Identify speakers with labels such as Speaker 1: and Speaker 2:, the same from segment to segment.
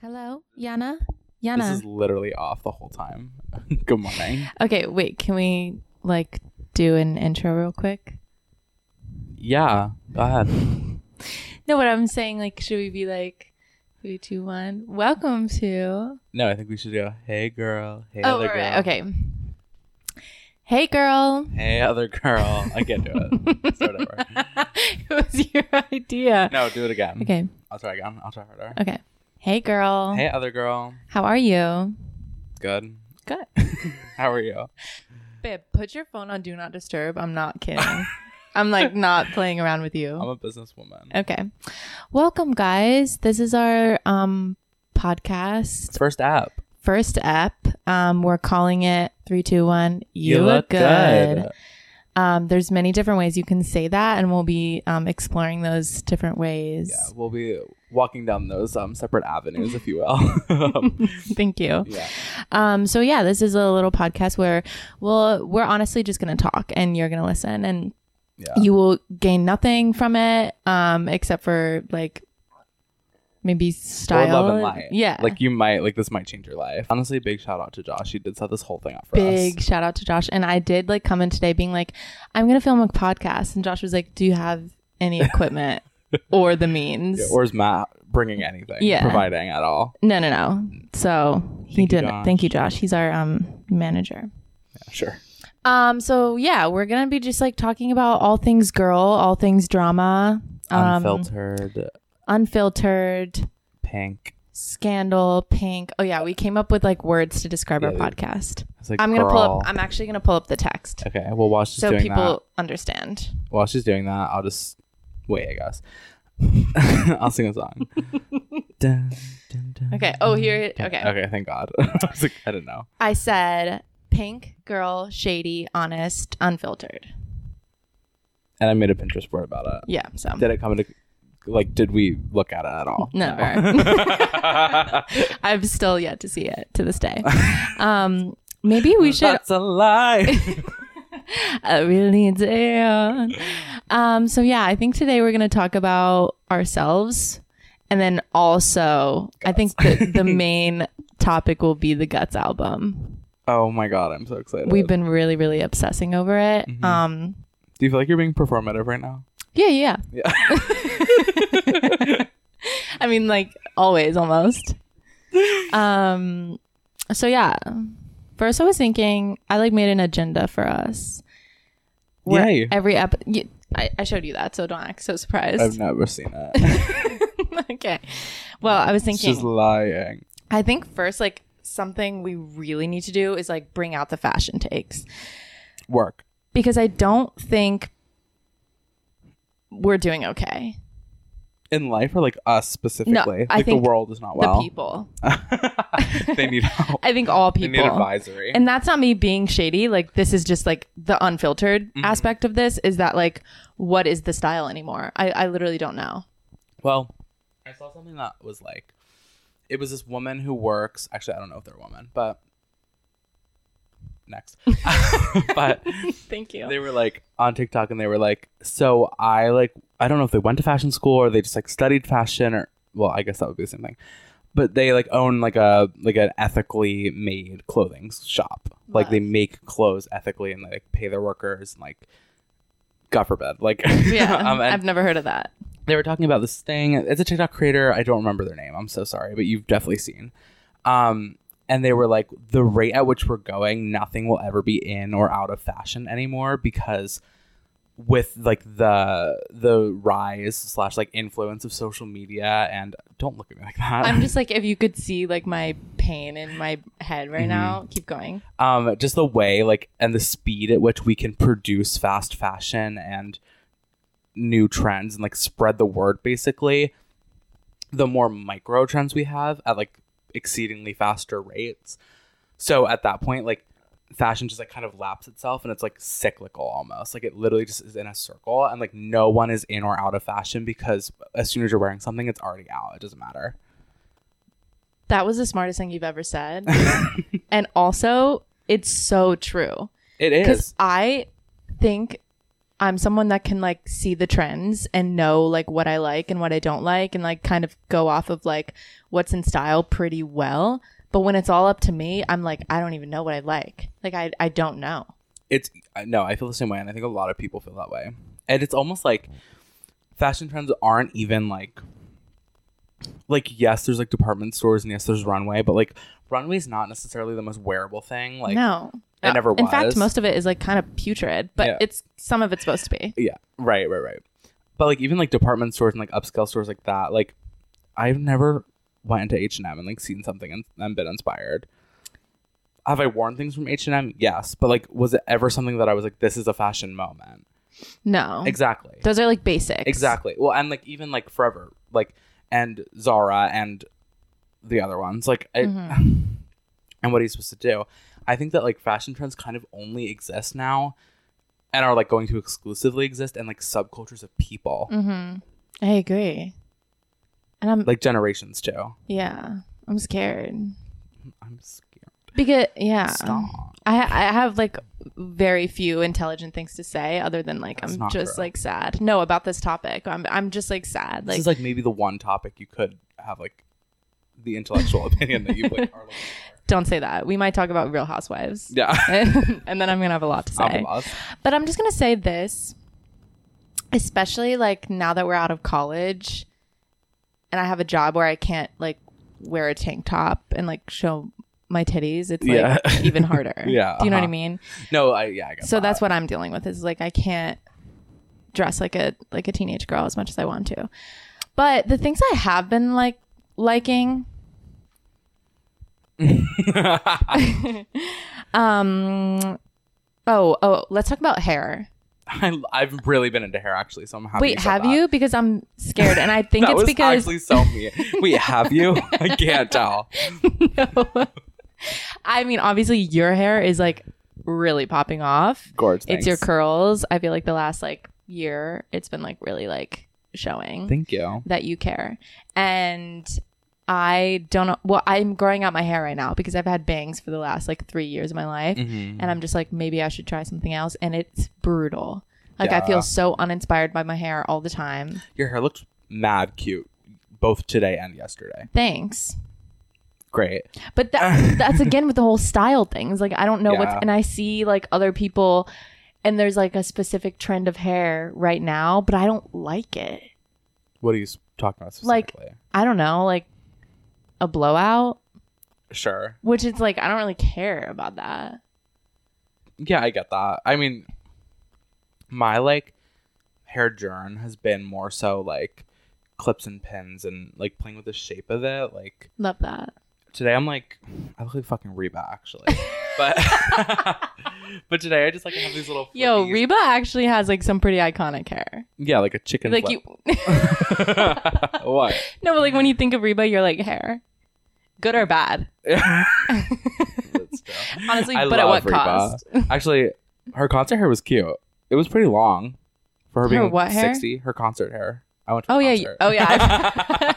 Speaker 1: Hello, Yana. Yana.
Speaker 2: This is literally off the whole time. Good morning.
Speaker 1: okay, wait. Can we like do an intro real quick?
Speaker 2: Yeah, go ahead.
Speaker 1: No, what I'm saying, like, should we be like three, two, one? Welcome to.
Speaker 2: No, I think we should go. Hey, girl. Hey,
Speaker 1: oh,
Speaker 2: other girl.
Speaker 1: alright, okay. Hey, girl.
Speaker 2: Hey, other girl. I can't do it. it's whatever.
Speaker 1: it was your idea.
Speaker 2: No, do it again.
Speaker 1: Okay.
Speaker 2: I'll try again. I'll try harder.
Speaker 1: Okay. Hey, girl.
Speaker 2: Hey, other girl.
Speaker 1: How are you?
Speaker 2: Good.
Speaker 1: Good. Oh.
Speaker 2: How are you?
Speaker 1: Babe, put your phone on do not disturb. I'm not kidding. I'm like not playing around with you.
Speaker 2: I'm a businesswoman.
Speaker 1: Okay. Welcome guys. This is our um podcast
Speaker 2: First app.
Speaker 1: first app. Um we're calling it 321 you, look, good. Um there's many different ways you can say that and we'll be um exploring those different ways.
Speaker 2: Yeah, we'll be walking down those um, separate avenues, if you will. Um,
Speaker 1: Thank you.
Speaker 2: yeah.
Speaker 1: Um so yeah, this is a little podcast where we'll we're honestly just going to talk and you're going to listen and
Speaker 2: Yeah.
Speaker 1: you will gain nothing from it um except for like maybe
Speaker 2: Or
Speaker 1: style
Speaker 2: love and light.
Speaker 1: yeah
Speaker 2: Like you might like this might change your life. Honestly, big shout out to Josh. He did set this whole thing up for us.
Speaker 1: big shout out to josh and i did like come in today being like i'm gonna film a podcast and josh was like do you have any equipment or the means
Speaker 2: Yeah, or is Matt bringing anything?
Speaker 1: Yeah.
Speaker 2: Providing at all?
Speaker 1: no no no so he
Speaker 2: Thank you,
Speaker 1: didn't
Speaker 2: Josh.
Speaker 1: thank you josh he's our um manager
Speaker 2: Yeah, sure.
Speaker 1: um so yeah we're gonna be just like talking about all things girl all things drama um
Speaker 2: Unfiltered,
Speaker 1: unfiltered
Speaker 2: pink.
Speaker 1: scandal pink oh yeah we came up with like words to describe our
Speaker 2: Yeah.
Speaker 1: podcast
Speaker 2: It's like,
Speaker 1: i'm gonna pull
Speaker 2: girl.
Speaker 1: up i'm actually gonna pull up the text
Speaker 2: okay. Well, while she's
Speaker 1: so
Speaker 2: doing
Speaker 1: people
Speaker 2: that,
Speaker 1: understand
Speaker 2: while she's doing that, I'll just wait. I guess I'll sing a song. Dun, dun, dun,
Speaker 1: okay oh here
Speaker 2: dun.
Speaker 1: okay
Speaker 2: Okay. Thank God. I was like, I don't know.
Speaker 1: i said pink girl shady honest unfiltered
Speaker 2: And I made a Pinterest board about it.
Speaker 1: yeah so
Speaker 2: Did it come into like? Did we look at it at all?
Speaker 1: Never. i've still yet to see it to this day um maybe we should
Speaker 2: That's a lie.
Speaker 1: I really did. Um, so yeah, I think today we're gonna talk about ourselves, and then also I think the, the main topic will be the Guts album.
Speaker 2: oh my God! I'm so excited.
Speaker 1: We've been really, really obsessing over it.
Speaker 2: Mhm.
Speaker 1: Um,
Speaker 2: Do you feel like you're being performative right now?
Speaker 1: yeah, yeah.
Speaker 2: Yeah.
Speaker 1: I mean, like always, almost. Um, so yeah. First, I was thinking I like made an agenda for us. Where
Speaker 2: Yay.
Speaker 1: Every ep. y I I I showed you that, so don't act so surprised.
Speaker 2: I've never seen it.
Speaker 1: okay. Well, I was thinking.
Speaker 2: She's lying.
Speaker 1: I think first, like something we really need to do is like bring out the fashion takes
Speaker 2: Work.
Speaker 1: because I don't think we're doing okay.
Speaker 2: In life or like us specifically?
Speaker 1: I
Speaker 2: like
Speaker 1: think
Speaker 2: the world is not well.
Speaker 1: The people.
Speaker 2: they need help.
Speaker 1: I think all
Speaker 2: They
Speaker 1: people.
Speaker 2: need advisory.
Speaker 1: and that's not me being shady. Like this is just like the unfiltered aspect of this is that like what is the style anymore? I I literally don't know.
Speaker 2: well, I saw something that was like it was this woman who works actually I don't know if they're a woman, but next. but
Speaker 1: Thank you.
Speaker 2: they were like on TikTok and they were like, so I like I don't know if they went to fashion school or they just like studied fashion or well, I guess that would be the same thing. But they like own like a like an ethically made clothing shop. Like they
Speaker 1: Love.
Speaker 2: make clothes ethically and like pay their workers and like God forbid. Like
Speaker 1: yeah,
Speaker 2: um, and
Speaker 1: I've never heard of that.
Speaker 2: they were talking about this thing. It's a TikTok creator. I don't remember their name. I'm so sorry, but you've definitely seen. Um, and they were like, the rate at which we're going, nothing will ever be in or out of fashion anymore because with like the the rise slash like influence of social media and don't look at me like that.
Speaker 1: I'm just like if you could see like my pain in my head right now. Keep going.
Speaker 2: um, just the way like and the speed at which we can produce fast fashion and new trends and like spread the word basically the more micro trends we have at like exceedingly faster rates so at that point like fashion just like kind of laps itself and it's like cyclical almost like it literally just is in a circle and like no one is in or out of fashion because as soon as you're wearing something it's already out it doesn't matter
Speaker 1: That was the smartest thing you've ever said. and also, it's so true.
Speaker 2: it
Speaker 1: Because
Speaker 2: is
Speaker 1: I think I'm someone that can like see the trends and know like what I like and what I don't like and like kind of go off of like what's in style pretty well. But when it's all up to me, I'm like, I don't even know what I like. Like I, I don't know.
Speaker 2: it's I- no i feel the same way and i think a lot of people feel that way and it's almost like fashion trends aren't even like like yes there's like department stores and yes there's runway but like runway's not necessarily the most wearable thing like
Speaker 1: no.
Speaker 2: it
Speaker 1: Uh,
Speaker 2: never
Speaker 1: In fact,
Speaker 2: was.
Speaker 1: most of it is like kind of putrid, but
Speaker 2: Yeah.
Speaker 1: it's some of it's supposed to be.
Speaker 2: yeah right right right but like even like department stores and like upscale stores like that like i've never went into h&m and like seen something and, and been inspired have i worn things from h&m yes but like was it ever something that i was like this is a fashion moment
Speaker 1: No.
Speaker 2: exactly
Speaker 1: Those are like basics.
Speaker 2: Exactly. Well, and like even like forever, like and Zara and the other ones, like I,
Speaker 1: Mm-hmm.
Speaker 2: and what are you supposed to do? I think that like fashion trends kind of only exist now, and are like going to exclusively exist in like subcultures of people,
Speaker 1: Mm-hmm. I agree. And I'm
Speaker 2: like generations too.
Speaker 1: yeah, I'm scared
Speaker 2: I'm scared.
Speaker 1: because yeah,
Speaker 2: Stop.
Speaker 1: I I have like very few intelligent things to say other than like
Speaker 2: That's
Speaker 1: I'm
Speaker 2: not
Speaker 1: just
Speaker 2: true.
Speaker 1: like sad. No, about this topic, I'm I'm just like sad.
Speaker 2: this
Speaker 1: Like,
Speaker 2: is like maybe the one topic you could have like the intellectual opinion that you like, are looking for.
Speaker 1: don't say that. We might talk about Real Housewives,
Speaker 2: Yeah.
Speaker 1: and then I'm gonna have a lot to say.
Speaker 2: I'm lost.
Speaker 1: But I'm just going to say this, especially like now that we're out of college and I have a job where I can't like wear a tank top and like show my titties, it's like
Speaker 2: Yeah.
Speaker 1: even harder.
Speaker 2: Yeah,
Speaker 1: Do you know what I
Speaker 2: uh-huh.
Speaker 1: mean?
Speaker 2: No, I yeah, I guess.
Speaker 1: So that's what I'm dealing with is like I can't dress like a like a teenage girl as much as I want to. But the things I have been like liking um oh oh let's talk about hair.
Speaker 2: I, I've really been into hair actually, so I'm happy.
Speaker 1: Wait,
Speaker 2: you said
Speaker 1: have
Speaker 2: that.
Speaker 1: you? Because I'm scared, and I think
Speaker 2: that
Speaker 1: it's
Speaker 2: was
Speaker 1: because
Speaker 2: actually so me. Wait, have you? I can't tell.
Speaker 1: no. I mean, obviously, your hair is like really popping off.
Speaker 2: Gorge,
Speaker 1: It's your curls. I feel like the last like year, it's been like really like showing
Speaker 2: Thank you.
Speaker 1: that you care. And I don't know. Well, I'm growing out my hair right now because I've had bangs for the last like three years of my life,
Speaker 2: Mm-hmm.
Speaker 1: and I'm just like, maybe I should try something else. And it's brutal. Like I
Speaker 2: Yeah.
Speaker 1: feel so uninspired by my hair all the time.
Speaker 2: Your hair looked mad cute, both today and yesterday.
Speaker 1: Thanks.
Speaker 2: Great.
Speaker 1: But that that's again with the whole style things. Like I don't know what's
Speaker 2: Yeah.
Speaker 1: and I see like other people and there's like a specific trend of hair right now, but I don't like it.
Speaker 2: What are you s- talking about
Speaker 1: Like-
Speaker 2: specifically?
Speaker 1: I don't know, like a blowout,
Speaker 2: sure.
Speaker 1: which is like I don't really care about that.
Speaker 2: Yeah, I get that. I mean, my like hair journey has been more so like clips and pins and like playing with the shape of it. Like
Speaker 1: Love that.
Speaker 2: today I'm like I look like fucking Reba actually. But but today I just like have these little
Speaker 1: Yo,
Speaker 2: flippies.
Speaker 1: Reba actually has like some pretty iconic hair.
Speaker 2: Yeah, like a chicken
Speaker 1: like
Speaker 2: flip.
Speaker 1: you
Speaker 2: what?
Speaker 1: No, but like when you think of Reba, you're like hair. Good or bad.
Speaker 2: That's true.
Speaker 1: Honestly,
Speaker 2: I
Speaker 1: but at
Speaker 2: love
Speaker 1: what
Speaker 2: Reba.
Speaker 1: cost?
Speaker 2: Actually, her concert hair was cute. It was pretty long for her
Speaker 1: Her
Speaker 2: being
Speaker 1: what hair?
Speaker 2: 60. Her concert hair. I went to
Speaker 1: Oh
Speaker 2: a
Speaker 1: yeah, y-
Speaker 2: concert.
Speaker 1: oh yeah.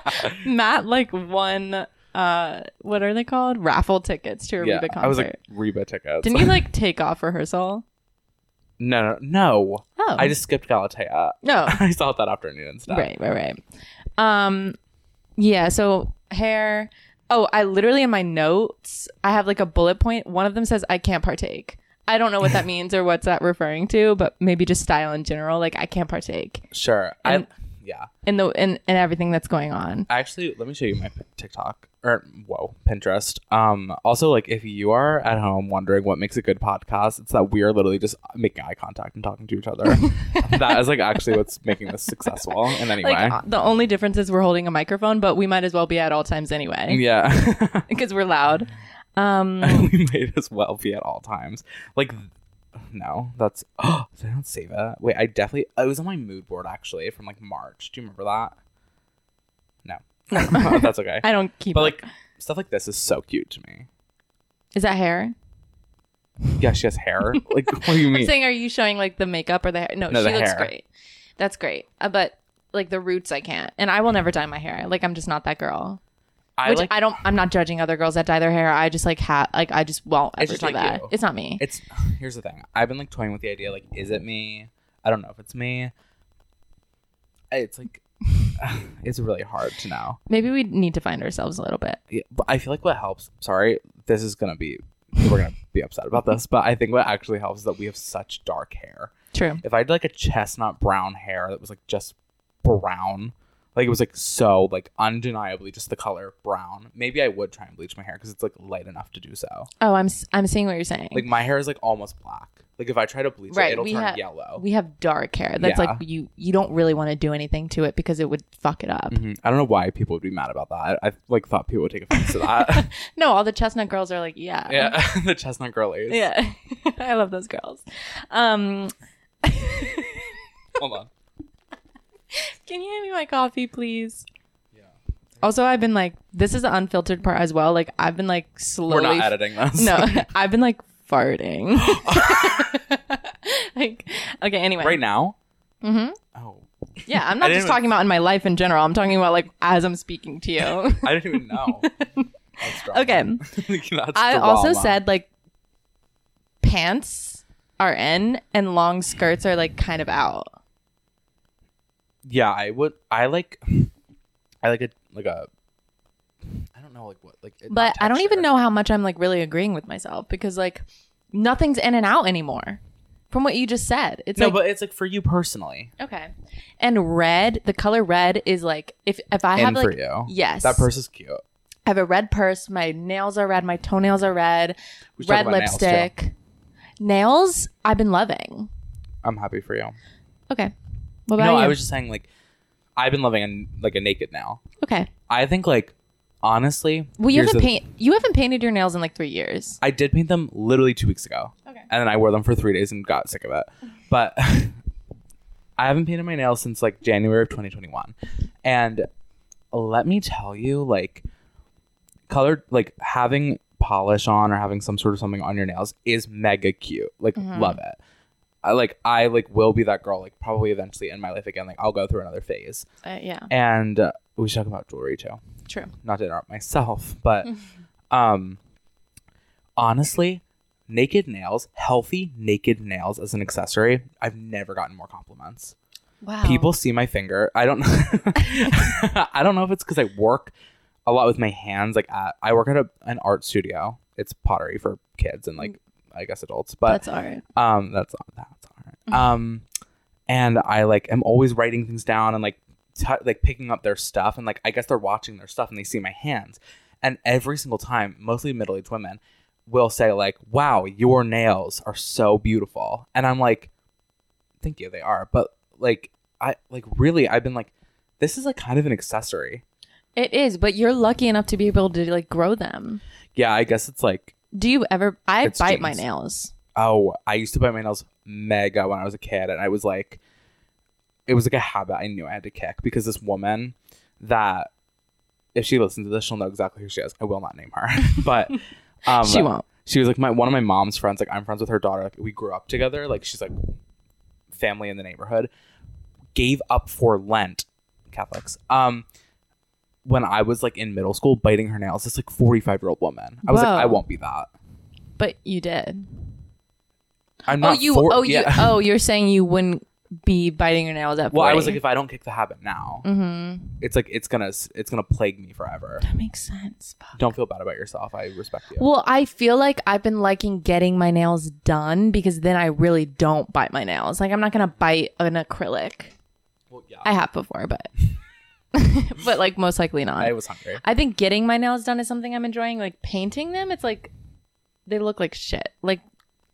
Speaker 1: Matt like won uh what are they called? Raffle tickets to a
Speaker 2: yeah,
Speaker 1: Reba concert.
Speaker 2: I was like Reba tickets.
Speaker 1: Didn't you like take off rehearsal?
Speaker 2: no, no, no.
Speaker 1: Oh.
Speaker 2: I just skipped Galatea.
Speaker 1: No.
Speaker 2: I saw it that afternoon instead.
Speaker 1: right, right, right. Um yeah, so hair Oh, I literally in my notes, I have like a bullet point. One of them says I can't partake. I don't know what that means or what's that referring to, but maybe just style in general. Like I can't partake
Speaker 2: Sure.
Speaker 1: And-
Speaker 2: I yeah.
Speaker 1: in the in, in everything that's going on.
Speaker 2: Actually, let me show you my TikTok or whoa, Pinterest. Um, also like if you are at home wondering what makes a good podcast, it's that we are literally just making eye contact and talking to each other. that is like actually what's making this successful in any
Speaker 1: Like
Speaker 2: way.
Speaker 1: uh, the only difference is we're holding a microphone, but we might as well be at all times anyway.
Speaker 2: yeah,
Speaker 1: because we're loud. Um,
Speaker 2: we might as well be at all times. Like, no, that's. Oh, did I not save it? Wait, I definitely. It was on my mood board actually from like March. Do you remember that? No, that's okay.
Speaker 1: I don't keep.
Speaker 2: but
Speaker 1: it.
Speaker 2: like stuff like this is so cute to me.
Speaker 1: is that hair?
Speaker 2: Yeah, she has hair. Like, what do you
Speaker 1: I'm
Speaker 2: mean?
Speaker 1: saying, are you showing like the makeup or the hair? No,
Speaker 2: No,
Speaker 1: she
Speaker 2: the
Speaker 1: looks
Speaker 2: hair.
Speaker 1: great. That's great. Uh, but like the roots, I can't, and I will never dye my hair. Like I'm just not that girl.
Speaker 2: I
Speaker 1: Which I,
Speaker 2: like.
Speaker 1: don't. I'm not judging other girls that dye their hair. I just like hat. Like I just won't ever
Speaker 2: It's just
Speaker 1: do
Speaker 2: not
Speaker 1: that.
Speaker 2: you.
Speaker 1: It's not me.
Speaker 2: it's here's the thing. I've been like toying with the idea. Like, is it me? I don't know if it's me. It's like it's really hard to know.
Speaker 1: Maybe we need to find ourselves a little bit.
Speaker 2: Yeah, but I feel like what helps. Sorry, this is gonna be we're gonna be upset about this, but I think what actually helps is that we have such dark hair.
Speaker 1: True.
Speaker 2: If I had like a chestnut brown hair that was like just brown, like it was like so like undeniably just the color brown, maybe I would try and bleach my hair because it's like light enough to do so.
Speaker 1: Oh, I'm s- I'm seeing what you're saying.
Speaker 2: Like my hair is like almost black. Like if I try to bleach
Speaker 1: Right,
Speaker 2: it, it'll
Speaker 1: we
Speaker 2: turn
Speaker 1: have-
Speaker 2: yellow.
Speaker 1: we have dark hair. That's
Speaker 2: Yeah.
Speaker 1: like you you don't really want to do anything to it because it would fuck it up.
Speaker 2: Mhm. I don't know why people would be mad about that. I, I like thought people would take offense to that.
Speaker 1: No, all the chestnut girls are like, yeah.
Speaker 2: yeah, the chestnut girlies.
Speaker 1: Yeah. I love those girls. Um
Speaker 2: Hold on.
Speaker 1: can you hand me my coffee, please?
Speaker 2: Yeah.
Speaker 1: Also, I've been like, this is the unfiltered part as well. Like, I've been like slowly.
Speaker 2: We're not editing this.
Speaker 1: No, I've been like farting. like, okay. Anyway,
Speaker 2: Right now?
Speaker 1: hmm
Speaker 2: Oh.
Speaker 1: yeah, I'm
Speaker 2: I
Speaker 1: not just
Speaker 2: didn't even-
Speaker 1: talking about in my life in general. I'm talking about like as I'm speaking to you.
Speaker 2: I didn't even know. That's drama.
Speaker 1: Okay.
Speaker 2: Like, that's
Speaker 1: I also
Speaker 2: drama.
Speaker 1: said like pants are in and long skirts are like kind of out.
Speaker 2: Yeah, I would I like I like a like a I don't know like what like it-
Speaker 1: But
Speaker 2: not
Speaker 1: I don't even
Speaker 2: texture.
Speaker 1: know how much I'm like really agreeing with myself because like nothing's in and out anymore from what you just said. It's
Speaker 2: No,
Speaker 1: like
Speaker 2: but it's like for you personally.
Speaker 1: okay. And red, the color red is like if if I
Speaker 2: In
Speaker 1: have
Speaker 2: for
Speaker 1: like
Speaker 2: you.
Speaker 1: yes.
Speaker 2: That person's cute.
Speaker 1: I have a red purse, my nails are red, my toenails are red,
Speaker 2: We should talk
Speaker 1: red
Speaker 2: about nails, too.
Speaker 1: lipstick. Nails, I've been loving.
Speaker 2: I'm happy for you.
Speaker 1: Okay. What about
Speaker 2: No,
Speaker 1: you?
Speaker 2: I was just saying like I've been loving a, like a naked nail.
Speaker 1: okay.
Speaker 2: I think like honestly,
Speaker 1: Well, you
Speaker 2: here's
Speaker 1: haven't
Speaker 2: the-
Speaker 1: paint you haven't painted your nails in like three years.
Speaker 2: I did paint them literally two weeks ago,
Speaker 1: Okay.
Speaker 2: and then I wore them for three days and got sick of it. But I haven't painted my nails since like January of 2021, and let me tell you, like colored, like having polish on or having some sort of something on your nails is mega cute. Like
Speaker 1: Mhm.
Speaker 2: love it. I like I like will be that girl like probably eventually in my life again. Like I'll go through another phase.
Speaker 1: Uh, yeah.
Speaker 2: and uh, we should talk about jewelry too.
Speaker 1: True.
Speaker 2: Not to interrupt myself, but um, honestly, naked nails, healthy naked nails as an accessory, I've never gotten more compliments.
Speaker 1: Wow.
Speaker 2: People see my finger. I don't. I don't know if it's because I work a lot with my hands. Like at, I work at a, an art studio. It's pottery for kids and like I guess adults, but
Speaker 1: Mm. That's all right.
Speaker 2: um, that's that's all right. Um, and I like am always writing things down and like t- like picking up their stuff and like I guess they're watching their stuff and they see my hands. And every single time, mostly middle aged women will say like, "Wow, your nails are so beautiful," and I'm like, "Thank you, they are." But like I like really, I've been like, this is like kind of an accessory.
Speaker 1: It is, but you're lucky enough to be able to like grow them.
Speaker 2: Yeah, I guess it's like
Speaker 1: Do you ever? I
Speaker 2: It's
Speaker 1: bite my
Speaker 2: genes.
Speaker 1: nails.
Speaker 2: Oh, I used to bite my nails mega when I was a kid, and I was like, it was like a habit I knew I had to kick because this woman that, if she listens to this, she'll know exactly who she is. I will not name her, but um,
Speaker 1: she won't.
Speaker 2: She was like my one of my mom's friends. Like I'm friends with her daughter. Like we grew up together. Like she's like family in the neighborhood. Gave up for Lent, Catholics. Um, when I was like in middle school, biting her nails, this like 45 year old woman. I was
Speaker 1: Whoa.
Speaker 2: like, I won't be that.
Speaker 1: But you did.
Speaker 2: I'm
Speaker 1: Oh,
Speaker 2: not.
Speaker 1: you.
Speaker 2: for-
Speaker 1: oh, you.
Speaker 2: yeah.
Speaker 1: Oh, you're saying you wouldn't be biting your nails at.
Speaker 2: Well, I was like, if I don't kick the habit now,
Speaker 1: mm-hmm.
Speaker 2: it's like it's gonna it's gonna plague me forever.
Speaker 1: That makes sense. Fuck.
Speaker 2: Don't feel bad about yourself. I respect you.
Speaker 1: Well, I feel like I've been liking getting my nails done because then I really don't bite my nails. Like I'm not gonna bite an acrylic.
Speaker 2: Well, yeah.
Speaker 1: I have before, but but like most likely not.
Speaker 2: I was hungry.
Speaker 1: I think getting my nails done is something I'm enjoying. Like painting them, it's like they look like shit. Like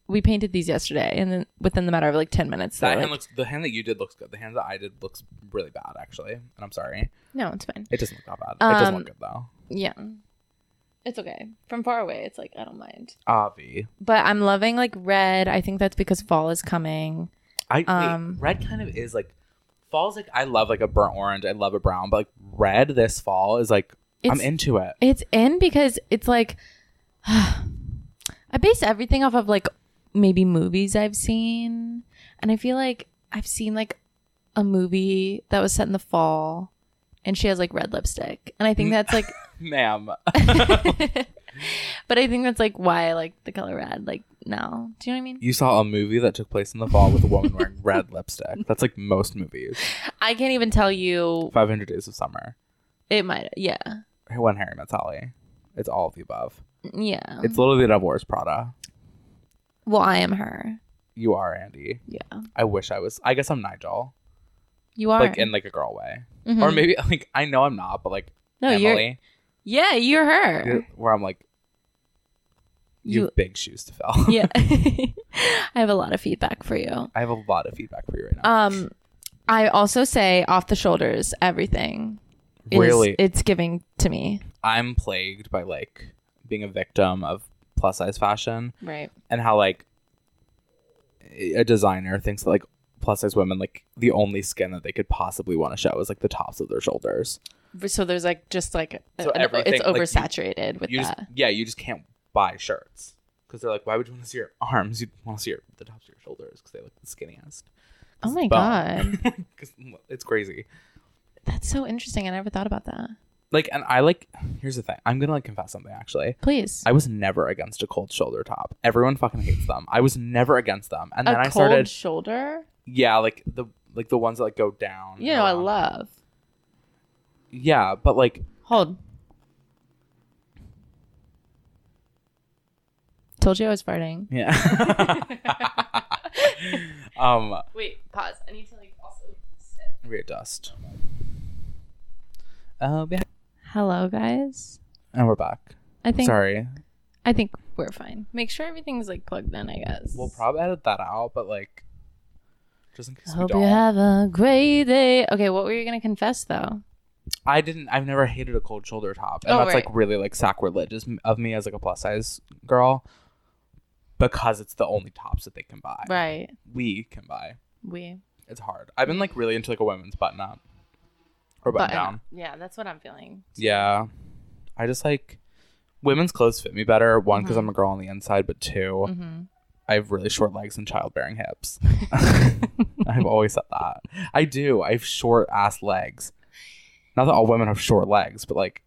Speaker 1: we painted these yesterday, and then within the matter of like ten minutes,
Speaker 2: That
Speaker 1: they're like,
Speaker 2: hand looks. The hand that you did looks good. The hand that I did looks really bad, actually. And I'm sorry.
Speaker 1: no, it's fine.
Speaker 2: It doesn't look that bad. it doesn't
Speaker 1: Um,
Speaker 2: look good though.
Speaker 1: Yeah, it's okay. From far away, it's like I don't mind.
Speaker 2: Avi,
Speaker 1: But I'm loving like red. I think that's because fall is coming.
Speaker 2: I
Speaker 1: um,
Speaker 2: wait, red kind of is like falls. Like I love like a burnt orange. I love a brown, but like red this fall is like I'm
Speaker 1: It's-
Speaker 2: into it.
Speaker 1: It's in because it's like I base everything off of like maybe movies I've seen. And I feel like I've seen like a movie that was set in the fall and she has like red lipstick. And I think that's like
Speaker 2: Ma'am,
Speaker 1: but I think that's like why I like the color red. Like now, do you know what I mean?
Speaker 2: You saw a movie that took place in the fall with a woman wearing red lipstick. That's like most movies.
Speaker 1: I can't even tell you.
Speaker 2: 500 Days of Summer.
Speaker 1: It might, yeah,
Speaker 2: When Harry Met Sally. It's all of the above.
Speaker 1: yeah.
Speaker 2: It's literally the Wars Prada.
Speaker 1: well, I am her.
Speaker 2: You are Andy.
Speaker 1: Yeah,
Speaker 2: I wish I was. I guess I'm Nigel.
Speaker 1: you are.
Speaker 2: Like in like a girl way.
Speaker 1: Mhm.
Speaker 2: Or maybe like I know I'm not, but like
Speaker 1: no, you're.
Speaker 2: Emily,
Speaker 1: Yeah, you're her.
Speaker 2: where I'm like you,
Speaker 1: you
Speaker 2: have big shoes to fill.
Speaker 1: yeah. I have a lot of feedback for you.
Speaker 2: I have a lot of feedback for you right now.
Speaker 1: Um, I also say off the shoulders everything. is-
Speaker 2: really,
Speaker 1: it's giving to me.
Speaker 2: I'm plagued by like being a victim of plus size fashion
Speaker 1: Right.
Speaker 2: and how like a designer thinks that like plus size women like the only skin that they could possibly want to show is like the tops of their shoulders.
Speaker 1: So there's like just like
Speaker 2: So
Speaker 1: an-
Speaker 2: everything,
Speaker 1: it's
Speaker 2: like, you-
Speaker 1: oversaturated with
Speaker 2: you
Speaker 1: that.
Speaker 2: just yeah, you just can't buy shirts because they're like, why would you want to see your arms? You want to see your, the tops of your shoulders because they look the skinniest.
Speaker 1: oh my god,
Speaker 2: god, it's crazy.
Speaker 1: that's so interesting. I never thought about that.
Speaker 2: Like, and I like. Here's the thing. I'm gonna like confess something actually.
Speaker 1: Please,
Speaker 2: I was never against a cold shoulder top. Everyone fucking hates them. I was never against them, and
Speaker 1: a
Speaker 2: then I
Speaker 1: cold
Speaker 2: started.
Speaker 1: shoulder.
Speaker 2: Yeah, like the like the ones that like go down.
Speaker 1: You know, I
Speaker 2: around.
Speaker 1: love.
Speaker 2: Yeah, but like
Speaker 1: Hold. Told you I was farting.
Speaker 2: yeah. um,
Speaker 1: Wait, pause. I need to like also.
Speaker 2: weird dust. Oh yeah,
Speaker 1: Hello, guys.
Speaker 2: and we're back.
Speaker 1: I think
Speaker 2: Sorry,
Speaker 1: I think we're fine. Make sure everything's like plugged in. I guess.
Speaker 2: we'll probably edit that out, but like, just in case
Speaker 1: I
Speaker 2: we
Speaker 1: hope
Speaker 2: don't.
Speaker 1: you have a great day. Okay, what were you gonna confess though?
Speaker 2: I didn't. I've never hated a cold shoulder top, and
Speaker 1: Oh,
Speaker 2: that's
Speaker 1: right.
Speaker 2: like really like sacrilegious m- of me as like a plus size girl, because it's the only tops that they can buy.
Speaker 1: Right.
Speaker 2: We can buy.
Speaker 1: We
Speaker 2: It's hard. I've been like really into like a women's button up or button, down.
Speaker 1: Yeah, that's what I'm feeling.
Speaker 2: Yeah, I just like women's clothes fit me better. One
Speaker 1: Mm-hmm.
Speaker 2: because I'm a girl on the inside, but 2 I have really short legs and childbearing hips. I've always said that. I do. I have short ass legs. Not that all women have short legs, but like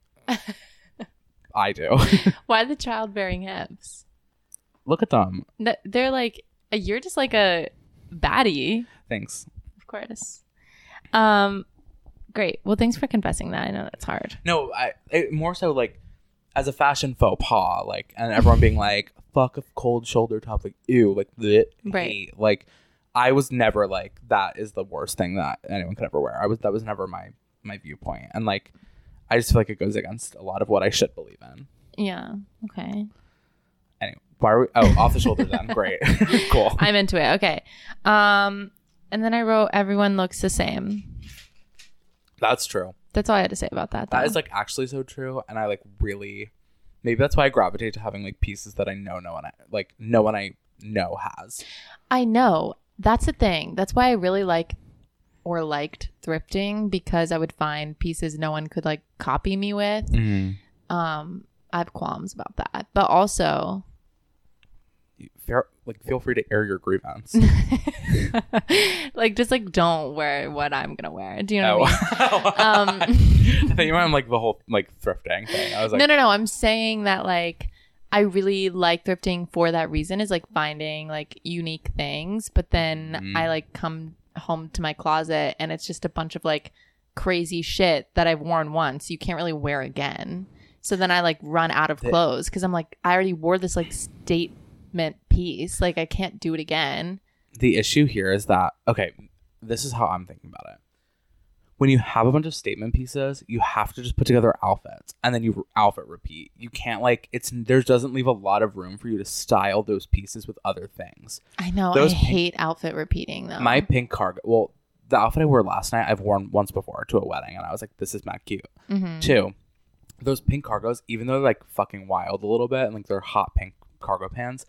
Speaker 2: I do.
Speaker 1: Why the childbearing hips?
Speaker 2: Look at them.
Speaker 1: Th- They're like you're just like a baddie,
Speaker 2: Thanks.
Speaker 1: of course. Um, great. Well, thanks for confessing that. I know that's hard.
Speaker 2: No, I it, more so like as a fashion faux pas, like and everyone being like, "Fuck a cold shoulder top," like ew, like the
Speaker 1: Right.
Speaker 2: Like I was never like that is the worst thing that anyone could ever wear. I was that was never my my viewpoint, and like I just feel like it goes against a lot of what I should believe in.
Speaker 1: Yeah. Okay.
Speaker 2: Anyway, why are we? Oh, off the shoulder then. Great, cool.
Speaker 1: I'm into it. Okay. Um, and then I wrote everyone looks the same.
Speaker 2: That's true.
Speaker 1: That's all I had to say about that.
Speaker 2: That
Speaker 1: though.
Speaker 2: is like actually so true, and I like really. Maybe that's why I gravitate to having like pieces that I know no one like no one I know has.
Speaker 1: I know. That's the thing. That's why I really like or liked thrifting because I would find pieces no one could like copy me with.
Speaker 2: Mm-hmm.
Speaker 1: Um, I have qualms about that. But also,
Speaker 2: fair, like feel free to air your grievance.
Speaker 1: like just like don't wear what I'm gonna wear. Do you know
Speaker 2: oh,
Speaker 1: what I mean? Um,
Speaker 2: I thought you meant like the whole like thrifting thing. I was like,
Speaker 1: no, no, no. I'm saying that like I really like thrifting for that reason is like finding like unique things, but then
Speaker 2: Mhm.
Speaker 1: I like come home to my closet and it's just a bunch of like crazy shit that I've worn once. You can't really wear again. So then I like run out of
Speaker 2: The-
Speaker 1: clothes because I'm like I already wore this like statement piece. Like I can't do it again.
Speaker 2: the issue here is that okay, this is how I'm thinking about it. When you have a bunch of statement pieces, you have to just put together outfits and then you re- outfit repeat. You can't like it's there doesn't leave a lot of room for you to style those pieces with other things.
Speaker 1: I know.
Speaker 2: Those
Speaker 1: I
Speaker 2: pink-
Speaker 1: hate outfit repeating though.
Speaker 2: My pink cargo, well, the outfit I wore last night, I've worn once before to a wedding, and I was like, this is not cute.
Speaker 1: Mhm.
Speaker 2: Two, those pink cargos, even though they're like fucking wild a little bit and like they're hot pink cargo pants,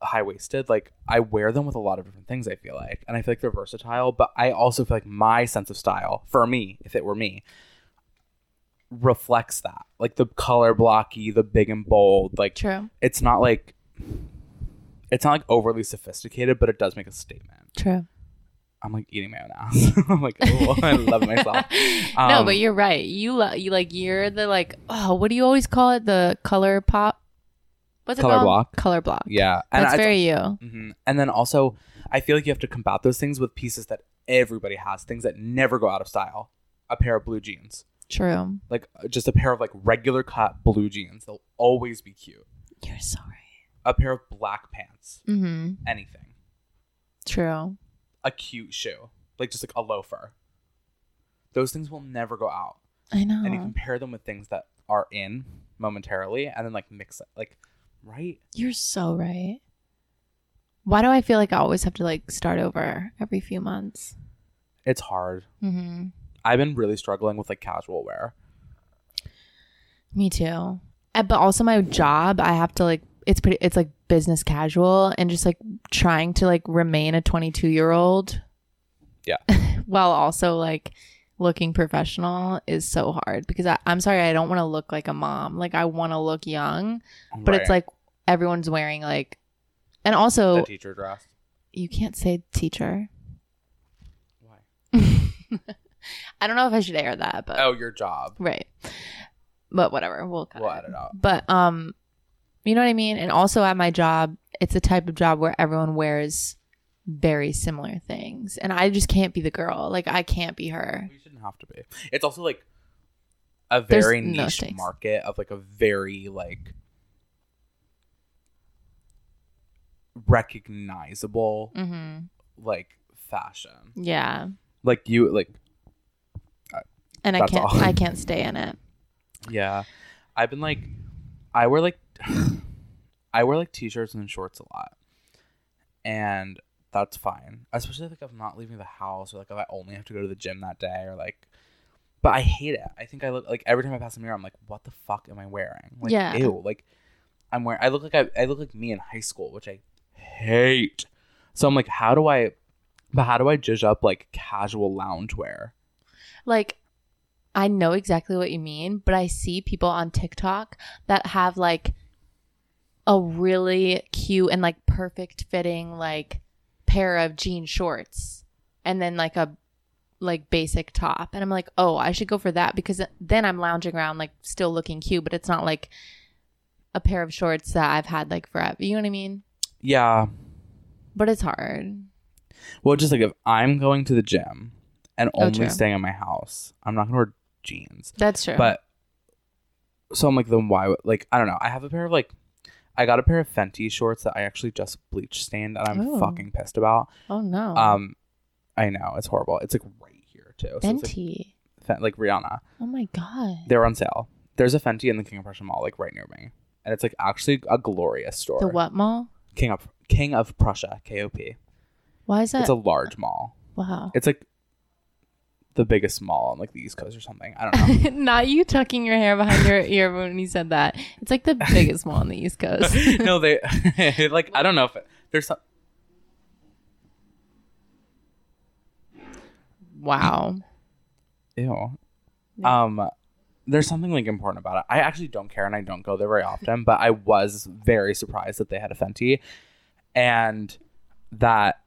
Speaker 2: high waisted, like I wear them with a lot of different things, I feel like. And I feel like they're versatile, but I also feel like my sense of style, for me, if it were me, reflects that. Like the color blocky, the big and bold, like
Speaker 1: True.
Speaker 2: it's not like it's not like overly sophisticated, but it does make a statement.
Speaker 1: True.
Speaker 2: I'm like eating my own ass. I'm like, oh, I love myself.
Speaker 1: no,
Speaker 2: Um,
Speaker 1: but you're right. You, lo- you like you're the like oh, what do you always call it? The color pop. What's it
Speaker 2: Color
Speaker 1: called?
Speaker 2: block.
Speaker 1: Color block.
Speaker 2: Yeah, and
Speaker 1: that's
Speaker 2: I-
Speaker 1: very you.
Speaker 2: Mhm. and then also, I feel like you have to combat those things with pieces that everybody has, things that never go out of style. A pair of blue jeans,
Speaker 1: True.
Speaker 2: like uh, just a pair of like regular cut blue jeans. They'll always be cute.
Speaker 1: You're so right.
Speaker 2: A pair of black pants,
Speaker 1: Mm-hmm.
Speaker 2: anything.
Speaker 1: True.
Speaker 2: A cute shoe, like just like a loafer. Those things will never go out.
Speaker 1: I know.
Speaker 2: and you can pair them with things that are in momentarily and then like mix it like right
Speaker 1: You're so right. Why do I feel like I always have to like start over every few months?
Speaker 2: it's hard
Speaker 1: Mm-hmm.
Speaker 2: i've been really struggling with like casual wear
Speaker 1: Me too. Uh, But also my job, I have to like it's pretty it's like business casual and just like trying to like remain a 22 year old.
Speaker 2: Yeah.
Speaker 1: while also like looking professional is so hard because I, I'm sorry I don't want to look like a mom. Like I want to look young, but it's oh.
Speaker 2: Right.
Speaker 1: like everyone's wearing like, and
Speaker 2: the
Speaker 1: also
Speaker 2: teacher dress
Speaker 1: you can't say teacher.
Speaker 2: why
Speaker 1: I don't know if I should air that, but
Speaker 2: oh your job
Speaker 1: right. But whatever, we'll cut
Speaker 2: we'll
Speaker 1: it.
Speaker 2: add it out
Speaker 1: But um, you know what I mean. And also at my job, it's a type of job where everyone wears very similar things, and I just can't be the girl. Like I can't be her.
Speaker 2: we shouldn't have to be it's also like a
Speaker 1: There's
Speaker 2: very
Speaker 1: no
Speaker 2: niche
Speaker 1: stakes.
Speaker 2: market of like a very like recognizable
Speaker 1: Mm-hmm.
Speaker 2: like fashion
Speaker 1: Yeah,
Speaker 2: like you like
Speaker 1: and
Speaker 2: That's
Speaker 1: I can't.
Speaker 2: all.
Speaker 1: I can't stay in it.
Speaker 2: Yeah. I've been like I wear like I wear like t-shirts and shorts a lot. And that's fine. Especially like if I'm not leaving the house or like if I only have to go to the gym that day or like but I hate it. I think I look like every time I pass the mirror I'm like what the fuck am I wearing? Like
Speaker 1: Yeah.
Speaker 2: ew, like I'm wearing I look like I, I look like me in high school, which I hate. So I'm like how do I but how do I judge up like casual loungewear?
Speaker 1: like I know exactly what you mean, but I see people on TikTok that have like a really cute and like perfect fitting like pair of jean shorts and then like a like basic top and I'm like, "Oh, I should go for that because then I'm lounging around like still looking cute, but it's not like a pair of shorts that I've had like forever." You know what I mean?
Speaker 2: Yeah.
Speaker 1: But it's hard.
Speaker 2: Well, just like if I'm going to the gym and
Speaker 1: Oh,
Speaker 2: only
Speaker 1: true.
Speaker 2: staying in my house, I'm not gonna wear jeans.
Speaker 1: That's true.
Speaker 2: But so I'm like, then why? would- Like I don't know. I have a pair of like, I got a pair of Fenty shorts that I actually just bleach stained, and I'm
Speaker 1: Oh.
Speaker 2: fucking pissed about.
Speaker 1: oh no.
Speaker 2: Um, I know it's horrible. It's like right here too. So it's, like,
Speaker 1: Fenty.
Speaker 2: Fen- like Rihanna.
Speaker 1: Oh my god.
Speaker 2: They're on sale. There's a Fenty in the King of Prussia Mall, like right near me, and it's like actually a glorious store.
Speaker 1: The what mall?
Speaker 2: King of King of Prussia, KOP.
Speaker 1: Why is that?
Speaker 2: It's a large mall.
Speaker 1: wow.
Speaker 2: It's like the biggest mall on like the East Coast or something. I don't know.
Speaker 1: Not you tucking your hair behind your ear when you said that. It's like the biggest mall on the East Coast.
Speaker 2: no, they like I don't know if it, there's some.
Speaker 1: wow.
Speaker 2: Ew. Um, there's something like important about it. I actually don't care, and I don't go there very often. But I was very surprised that they had a Fenty, and that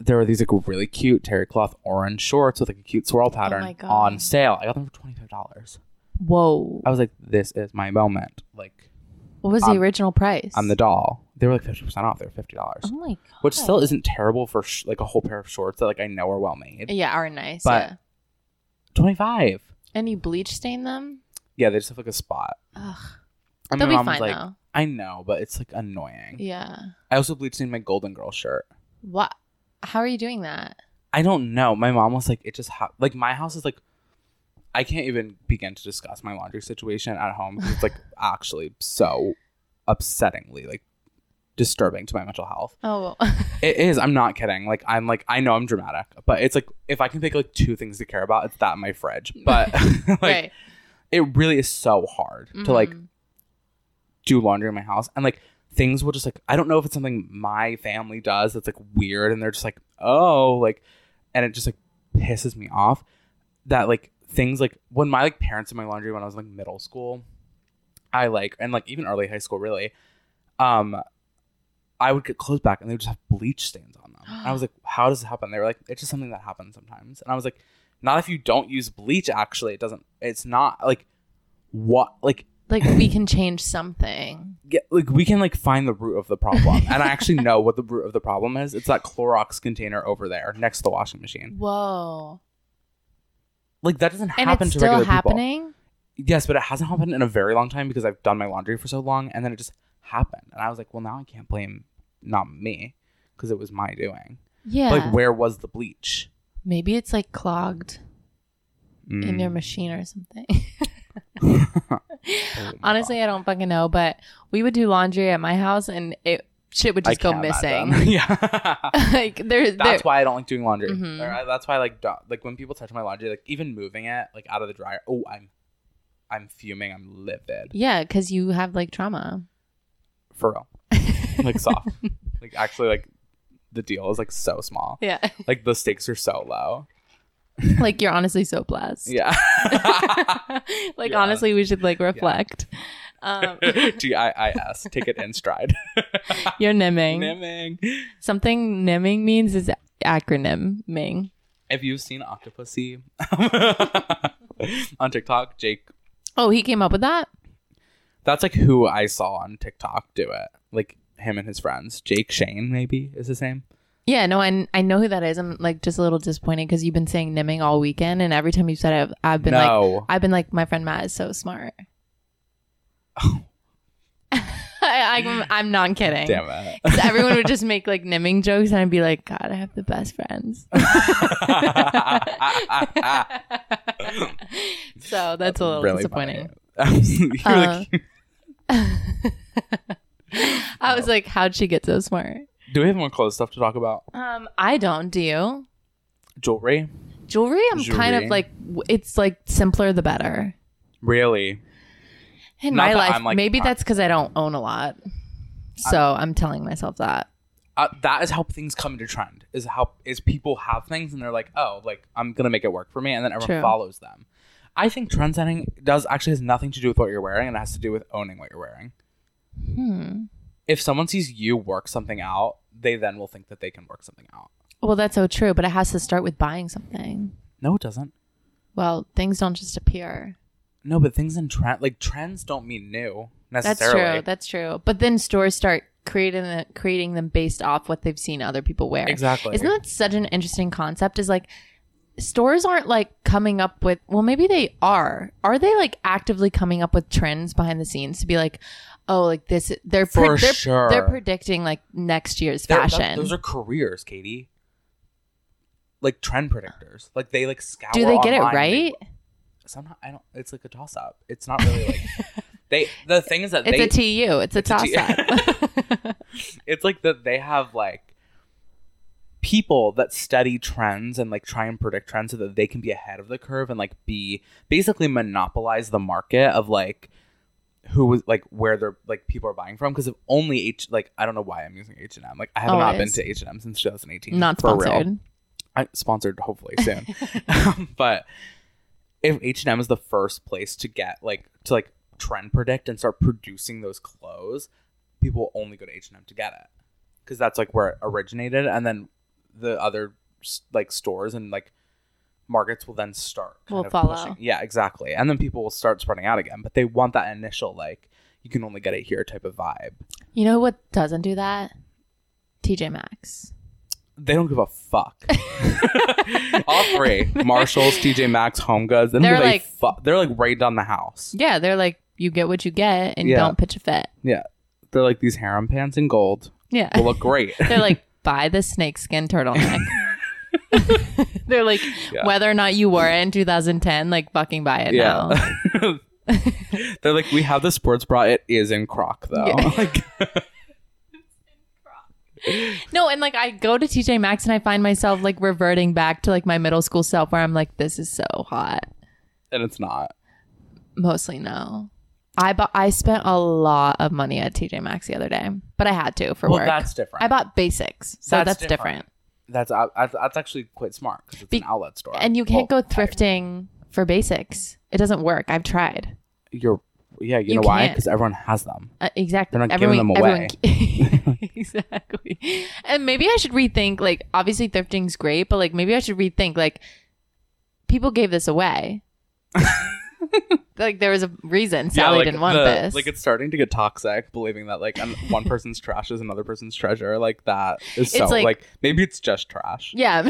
Speaker 2: there were these like really cute terry cloth orange shorts with like a cute swirl pattern
Speaker 1: God.
Speaker 2: on sale. I got them for twenty five dollars.
Speaker 1: Whoa.
Speaker 2: I was like, this is my moment. Like
Speaker 1: What was the original price?
Speaker 2: I'm Um, the doll. They were like fifty percent off. They were fifty dollars.
Speaker 1: Oh my god.
Speaker 2: which still isn't terrible for sh- like a whole pair of shorts that like I know are well made.
Speaker 1: Yeah, are nice.
Speaker 2: But-
Speaker 1: yeah.
Speaker 2: Twenty five.
Speaker 1: And you bleach stain them?
Speaker 2: Yeah, they just have like a spot.
Speaker 1: Ugh.
Speaker 2: And
Speaker 1: They'll
Speaker 2: my
Speaker 1: be
Speaker 2: mom was
Speaker 1: fine
Speaker 2: like,
Speaker 1: though.
Speaker 2: I know, but it's like annoying.
Speaker 1: Yeah.
Speaker 2: I also bleached stained my Golden Girl shirt.
Speaker 1: What how are you doing that?
Speaker 2: I don't know. My mom was like, it just ha- like my house is like. I can't even begin to discuss my laundry situation at home. 'cause It's like actually so upsettingly like disturbing to my mental health.
Speaker 1: Oh
Speaker 2: It is. I'm not kidding. Like I'm like I know I'm dramatic, but it's like if I can pick like two things to care about, it's that and my fridge. But like
Speaker 1: right.
Speaker 2: it really is so hard to like
Speaker 1: Mhm.
Speaker 2: do laundry in my house and like things will just like I don't know if it's something my family does that's like weird and they're just like oh like and it just like pisses me off that like things like when my like parents did my laundry when I was like middle school I like and like even early high school really um I would get clothes back and they would just have bleach stains on them. And I was like, how does it happen? They were like, it's just something that happens sometimes. And I was like, not if you don't use bleach, actually. It doesn't, it's not like what, like,
Speaker 1: Like we can change something.
Speaker 2: get, like we can like find the root of the problem. and I actually know what the root of the problem is. It's that Clorox container over there next to the washing machine.
Speaker 1: Whoa.
Speaker 2: Like that doesn't
Speaker 1: And
Speaker 2: happen
Speaker 1: it's
Speaker 2: to
Speaker 1: still
Speaker 2: regular people.
Speaker 1: happening?
Speaker 2: Yes, but it hasn't happened in a very long time because I've done my laundry for so long and then it just happened. And I was like, well, now I can't blame not me because it was my doing.
Speaker 1: Yeah.
Speaker 2: Like, where was the bleach?
Speaker 1: Maybe it's like clogged in
Speaker 2: Mm.
Speaker 1: your machine or something.
Speaker 2: Oh my
Speaker 1: Honestly, I don't fucking know, but we would do laundry at my house and it shit would
Speaker 2: God. I
Speaker 1: just go
Speaker 2: can't
Speaker 1: missing.
Speaker 2: imagine. yeah.
Speaker 1: like there, there
Speaker 2: That's why I don't like doing laundry.
Speaker 1: Mhm.
Speaker 2: Or I- that's why like do- like when people touch my laundry, like even moving it like out of the dryer. Oh, I'm I'm fuming. I'm livid
Speaker 1: yeah, because you have like trauma.
Speaker 2: for real. like soft. Like actually, like the deal is like so small.
Speaker 1: Yeah,
Speaker 2: Like the stakes are so low.
Speaker 1: like you're honestly so blessed.
Speaker 2: Yeah.
Speaker 1: like
Speaker 2: Yeah.
Speaker 1: honestly, we should like reflect. Um,
Speaker 2: G I I S. Take it in stride.
Speaker 1: you're nimming.
Speaker 2: Nimming.
Speaker 1: Something nimming means is acronym ming.
Speaker 2: If you've seen Octopussy on TikTok, Jake
Speaker 1: Oh, he came up with that.
Speaker 2: That's like who I saw on TikTok do it. Like him and his friends. Jake Shane, maybe, is his name.
Speaker 1: Yeah, no, I I know who that is. I'm like just a little disappointed because you've been saying nimming all weekend, and every time you said it, I've, I've been like,
Speaker 2: no.
Speaker 1: I've been like, my friend Matt is so smart. I, I'm, I'm not kidding.
Speaker 2: Damn it.
Speaker 1: 'Cause Everyone would just make like nimming jokes, and I'd be like, God, I have the best friends. so that's, a little
Speaker 2: Really
Speaker 1: disappointing.
Speaker 2: funny. You're
Speaker 1: Uh,
Speaker 2: like,
Speaker 1: I was like, how'd she get so smart?
Speaker 2: do we have more clothes stuff to talk about?
Speaker 1: Um, I don't. Do you?
Speaker 2: Jewelry?
Speaker 1: Jewelry, I'm kind of
Speaker 2: Jewelry.
Speaker 1: like, w- it's like simpler the better.
Speaker 2: Really?
Speaker 1: In
Speaker 2: Not
Speaker 1: my
Speaker 2: that
Speaker 1: life,
Speaker 2: I'm, like,
Speaker 1: maybe
Speaker 2: I-
Speaker 1: that's because I don't own a lot. So I'm telling myself that.
Speaker 2: Uh, that is how things come into trend. Is how is people have things and they're like, oh, like I'm gonna make it work for me, and then everyone
Speaker 1: True.
Speaker 2: follows them. I think trend setting does actually has nothing to do with what you're wearing, and it has to do with owning what you're wearing.
Speaker 1: Hmm.
Speaker 2: if someone sees you work something out, they then will think that they can work something out.
Speaker 1: Well, that's so true, but it has to start with buying something.
Speaker 2: No, it doesn't.
Speaker 1: Well, things don't just appear.
Speaker 2: No, but things in trend like trends don't mean new
Speaker 1: That's
Speaker 2: necessarily.
Speaker 1: true. That's true. But then stores start creating the, creating them based off what they've seen other people wear.
Speaker 2: exactly.
Speaker 1: Isn't that such an interesting concept? Is like stores aren't like coming up with well maybe they are are they like actively coming up with trends behind the snes to be like oh like this they're
Speaker 2: For
Speaker 1: they're,
Speaker 2: sure.
Speaker 1: they're predicting like next year's
Speaker 2: They're- that-
Speaker 1: fashion
Speaker 2: those are careers, Katie. Like trend predictors. Like they like scour.
Speaker 1: do they get it
Speaker 2: online. They-
Speaker 1: right
Speaker 2: somehow I don't. It's like a toss up. It's not really like they. The thing is that
Speaker 1: it's
Speaker 2: they.
Speaker 1: a tu it's a
Speaker 2: a
Speaker 1: toss
Speaker 2: T-
Speaker 1: up
Speaker 2: it's like that they have like people that study trends and like try and predict trends so that they can be ahead of the curve and like be basically monopolize the market of like who was like where they're like people are buying from because if only h like i don't know why i'm using h&m like i have not been
Speaker 1: Always.
Speaker 2: to h&m since 2018
Speaker 1: not
Speaker 2: for real.
Speaker 1: sponsored
Speaker 2: I, sponsored hopefully soon Um, but if h&m is the first place to get like to like trend predict and start producing those clothes people only go to h&m to get it because that's like where it originated and then the other s- like stores and like markets will then start kind
Speaker 1: Will
Speaker 2: of
Speaker 1: follow.
Speaker 2: yeah exactly and then people will start spreading out again but they want that initial like you can only get it here type of vibe
Speaker 1: you know what doesn't do that tj maxx
Speaker 2: they don't give a fuck. All three: Marshalls, TJ Maxx, Home Goods. They don't
Speaker 1: They're
Speaker 2: give a
Speaker 1: like-
Speaker 2: fu- they're like right down the house.
Speaker 1: yeah they're like you get what you get and
Speaker 2: Yeah.
Speaker 1: don't pitch a fit
Speaker 2: Yeah, they're like these harem pants in gold
Speaker 1: yeah
Speaker 2: will look great.
Speaker 1: They're like, buy the snakeskin turtleneck. They're like,
Speaker 2: Yeah.
Speaker 1: whether or not you wore it in 2010, like fucking buy it now.
Speaker 2: yeah. they're like, we have the sports bra. It is in croc though.
Speaker 1: Yeah.
Speaker 2: Like,
Speaker 1: No, and like I go to TJ Maxx and I find myself like reverting back to like my middle school self where I'm like, this is so hot.
Speaker 2: and it's not.
Speaker 1: Mostly no. I bought. I spent a lot of money at TJ Maxx the other day, but I had to for
Speaker 2: Well,
Speaker 1: work.
Speaker 2: that's different.
Speaker 1: I bought basics, so that's,
Speaker 2: That's
Speaker 1: different.
Speaker 2: different. that's uh, that's that's actually quite smart because it's
Speaker 1: Be-
Speaker 2: an outlet store,
Speaker 1: And you can't
Speaker 2: Well,
Speaker 1: go thrifting for basics. It doesn't work. I've tried.
Speaker 2: You're Yeah, you,
Speaker 1: You
Speaker 2: know why?
Speaker 1: can't.
Speaker 2: Because everyone has them.
Speaker 1: Uh, exactly.
Speaker 2: They're not giving them
Speaker 1: everyone- exactly. And maybe I should rethink. Like, obviously, thrifting's great, but like, maybe I should rethink. Like, people gave this away. like, there was a reason Sally
Speaker 2: like,
Speaker 1: didn't want
Speaker 2: the-
Speaker 1: this.
Speaker 2: Like it's starting to get toxic, believing that like an- one person's trash is another person's treasure. Like that is so
Speaker 1: It's like-
Speaker 2: like, maybe it's just trash.
Speaker 1: yeah.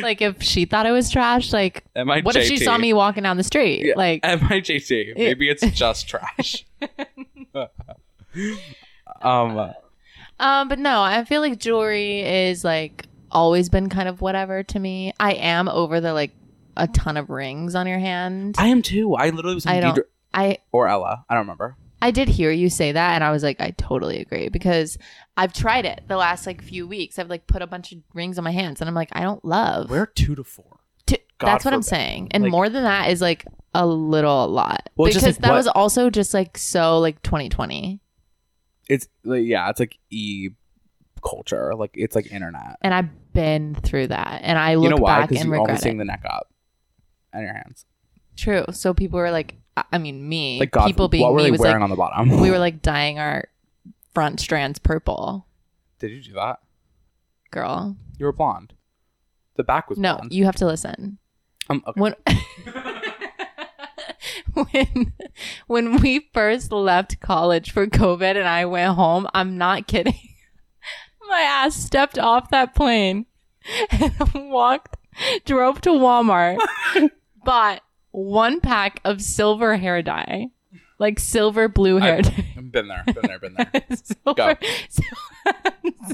Speaker 1: like, if she thought it was trash, like,
Speaker 2: Am I?
Speaker 1: what if she
Speaker 2: JT?
Speaker 1: saw me walking down the street?
Speaker 2: Yeah,
Speaker 1: Like,
Speaker 2: am I JT? Maybe it's just trash. um,
Speaker 1: Um, but no, I feel like jewelry is like always been kind of whatever to me. I am over the like a ton of rings on your hand. I
Speaker 2: I am too. I literally was.
Speaker 1: I don't-
Speaker 2: Deidre-
Speaker 1: I,
Speaker 2: or Ella. I don't remember.
Speaker 1: did hear you say that and I was like, I totally agree because I've tried it the last like few weeks. I've like put a bunch of rings on my hands and I'm like, I don't love.
Speaker 2: We're two to four.
Speaker 1: to,
Speaker 2: God
Speaker 1: that's what I'm
Speaker 2: forbid.
Speaker 1: saying. And
Speaker 2: Like-
Speaker 1: more than that is like a little a lot.
Speaker 2: Well, it's
Speaker 1: because
Speaker 2: just, like,
Speaker 1: that
Speaker 2: what-
Speaker 1: was also just like so like 2020.
Speaker 2: It's like, yeah. It's like e culture. Like it's like internet.
Speaker 1: And I've been through that. And I look
Speaker 2: You know why?
Speaker 1: back
Speaker 2: Because
Speaker 1: and
Speaker 2: you're only
Speaker 1: regret it.
Speaker 2: seeing the neck up on your hands.
Speaker 1: True. So people were like, I- I mean, me,
Speaker 2: Like God,
Speaker 1: people being
Speaker 2: what were
Speaker 1: me
Speaker 2: they
Speaker 1: was
Speaker 2: wearing
Speaker 1: like,
Speaker 2: on the bottom?
Speaker 1: we were like dyeing our front strands purple,
Speaker 2: Did you do that?
Speaker 1: girl.
Speaker 2: You were blonde. The back was
Speaker 1: No,
Speaker 2: blonde.
Speaker 1: you have to listen.
Speaker 2: um, okay.
Speaker 1: When when when we first left college for COVID and I went home, I'm not kidding. My ass stepped off that plane and walked, drove to Walmart, bought one pack of silver hair dye, like silver blue hair
Speaker 2: I've-
Speaker 1: dye.
Speaker 2: Been there, been there, been there.
Speaker 1: silver,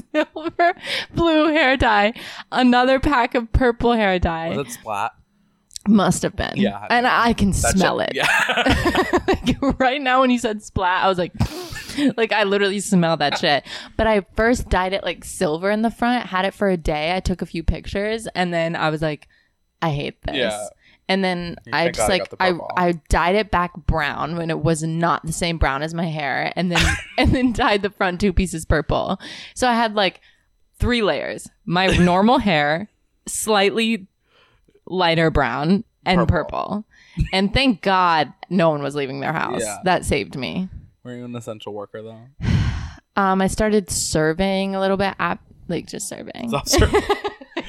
Speaker 1: silver blue hair dye, another pack of purple hair dye.
Speaker 2: Was it splat?
Speaker 1: Must have been.
Speaker 2: Yeah.
Speaker 1: And I can
Speaker 2: That
Speaker 1: smell
Speaker 2: shit-
Speaker 1: it.
Speaker 2: Yeah.
Speaker 1: like, right now when you said splat, I was like, like I literally smell that shit. But I first dyed it like silver in the front, had it for a day. I took a few pictures and then I was like, I hate this.
Speaker 2: Yeah.
Speaker 1: And then
Speaker 2: Thank
Speaker 1: I
Speaker 2: God
Speaker 1: just
Speaker 2: I
Speaker 1: like
Speaker 2: got the
Speaker 1: I,
Speaker 2: purple.
Speaker 1: I dyed it back brown when it was not the same brown as my hair and then and then dyed the front two pieces purple. So I had like three layers. My normal hair, slightly lighter brown and purple.
Speaker 2: Purple.
Speaker 1: And thank God no one was leaving their house.
Speaker 2: Yeah.
Speaker 1: That saved me.
Speaker 2: Were you an essential worker though?
Speaker 1: Um, I started serving a little bit at like just serving.
Speaker 2: Stop serving.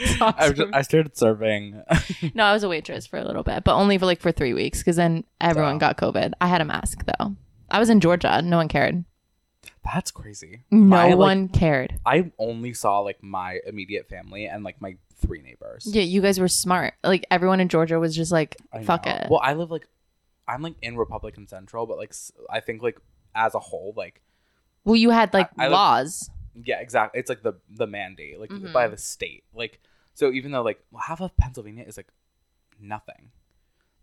Speaker 1: Stop
Speaker 2: I, was
Speaker 1: serving.
Speaker 2: just, I started serving.
Speaker 1: no, I was a waitress for a little bit, but only for like for three weeks because then everyone
Speaker 2: Oh.
Speaker 1: got COVID. I had a mask though. I was in Georgia. No one cared.
Speaker 2: That's crazy.
Speaker 1: No
Speaker 2: My, like-
Speaker 1: one cared.
Speaker 2: I only saw like my immediate family and like my three neighbors.
Speaker 1: Yeah, you guys were smart. Like everyone in Georgia was just like,
Speaker 2: I
Speaker 1: fuck
Speaker 2: know.
Speaker 1: it.
Speaker 2: Well, I live like I'm like in Republican Central, but like s- I think like as a whole, like
Speaker 1: Well, you had like
Speaker 2: I- I live-
Speaker 1: laws.
Speaker 2: yeah, exactly. It's like the the mandate, like
Speaker 1: Mhm.
Speaker 2: by the state. Like so, even though like half of Pennsylvania is like nothing.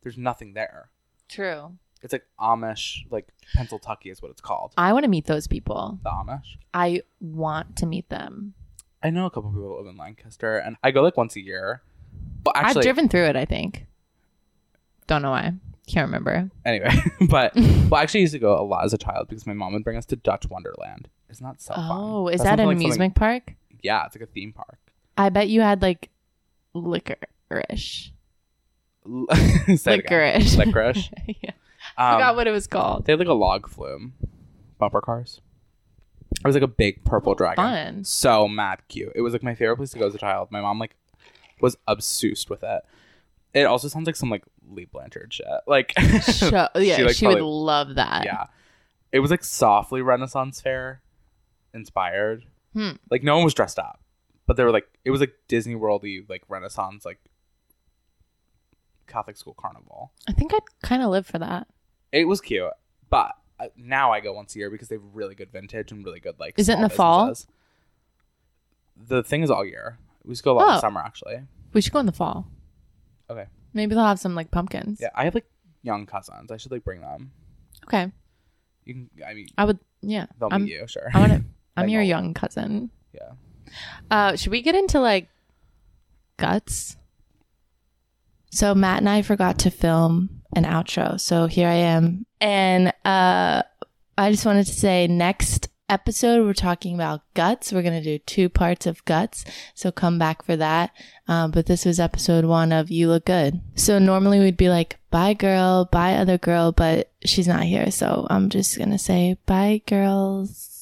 Speaker 2: There's nothing there.
Speaker 1: True.
Speaker 2: It's like Amish, like Pennsylvania is what it's called.
Speaker 1: I want to meet those people.
Speaker 2: the Amish.
Speaker 1: I want to meet them.
Speaker 2: I know a couple people that live in Lancaster, and I go like once a year. But actually,
Speaker 1: I've driven through it, I think. Don't know why. Can't remember.
Speaker 2: anyway, but well, I actually used to go a lot as a child because my mom would bring us to Dutch Wonderland. Isn't that so fun?
Speaker 1: Oh, is
Speaker 2: That
Speaker 1: that
Speaker 2: sounds
Speaker 1: an
Speaker 2: like something-
Speaker 1: amusement park?
Speaker 2: Yeah, it's like a theme park.
Speaker 1: I bet you had like licorice.
Speaker 2: L- Say it again.
Speaker 1: Licorice.
Speaker 2: Licorice.
Speaker 1: yeah.
Speaker 2: Um,
Speaker 1: Forgot what it was called.
Speaker 2: They had like a log flume, bumper cars. It was like a big purple dragon.
Speaker 1: Oh, Fun.
Speaker 2: So mad cute. It was like my favorite place to go as a child. My mom like was obsessed with it. It also sounds like some like Lee Blanchard shit. Like
Speaker 1: Show, yeah, she,
Speaker 2: like,
Speaker 1: would
Speaker 2: probably-
Speaker 1: love that.
Speaker 2: yeah, it was like softly Renaissance fair inspired.
Speaker 1: Hmm.
Speaker 2: Like no one was dressed up, but they were like it was like Disney Worldy like Renaissance like Catholic school carnival.
Speaker 1: I think I'd kind of live for that.
Speaker 2: It was cute, but uh, now I go once a year because they have really good vintage and really good like.
Speaker 1: Is it in
Speaker 2: small
Speaker 1: the fall?
Speaker 2: businesses. The thing is all year. We just go a lot in
Speaker 1: Oh.
Speaker 2: the summer actually.
Speaker 1: We should go in the fall.
Speaker 2: Okay.
Speaker 1: Maybe they'll have some like pumpkins.
Speaker 2: Yeah, I have like young cousins. I should like bring them.
Speaker 1: Okay.
Speaker 2: You can. I mean,
Speaker 1: I would. Yeah.
Speaker 2: they'll
Speaker 1: I'm,
Speaker 2: meet you. Sure.
Speaker 1: I want to. I'm
Speaker 2: Like
Speaker 1: your
Speaker 2: all-
Speaker 1: young cousin.
Speaker 2: yeah.
Speaker 1: Uh, should we get into like guts? So Matt and I forgot to film an outro. So here I am. And uh I just wanted to say next episode, we're talking about guts. We're going to do two parts of guts. So come back for that. Um, but this was episode one of You Look Good. So normally we'd be like, bye, girl, bye, other girl, but she's not here. So I'm just going to say, bye, girls.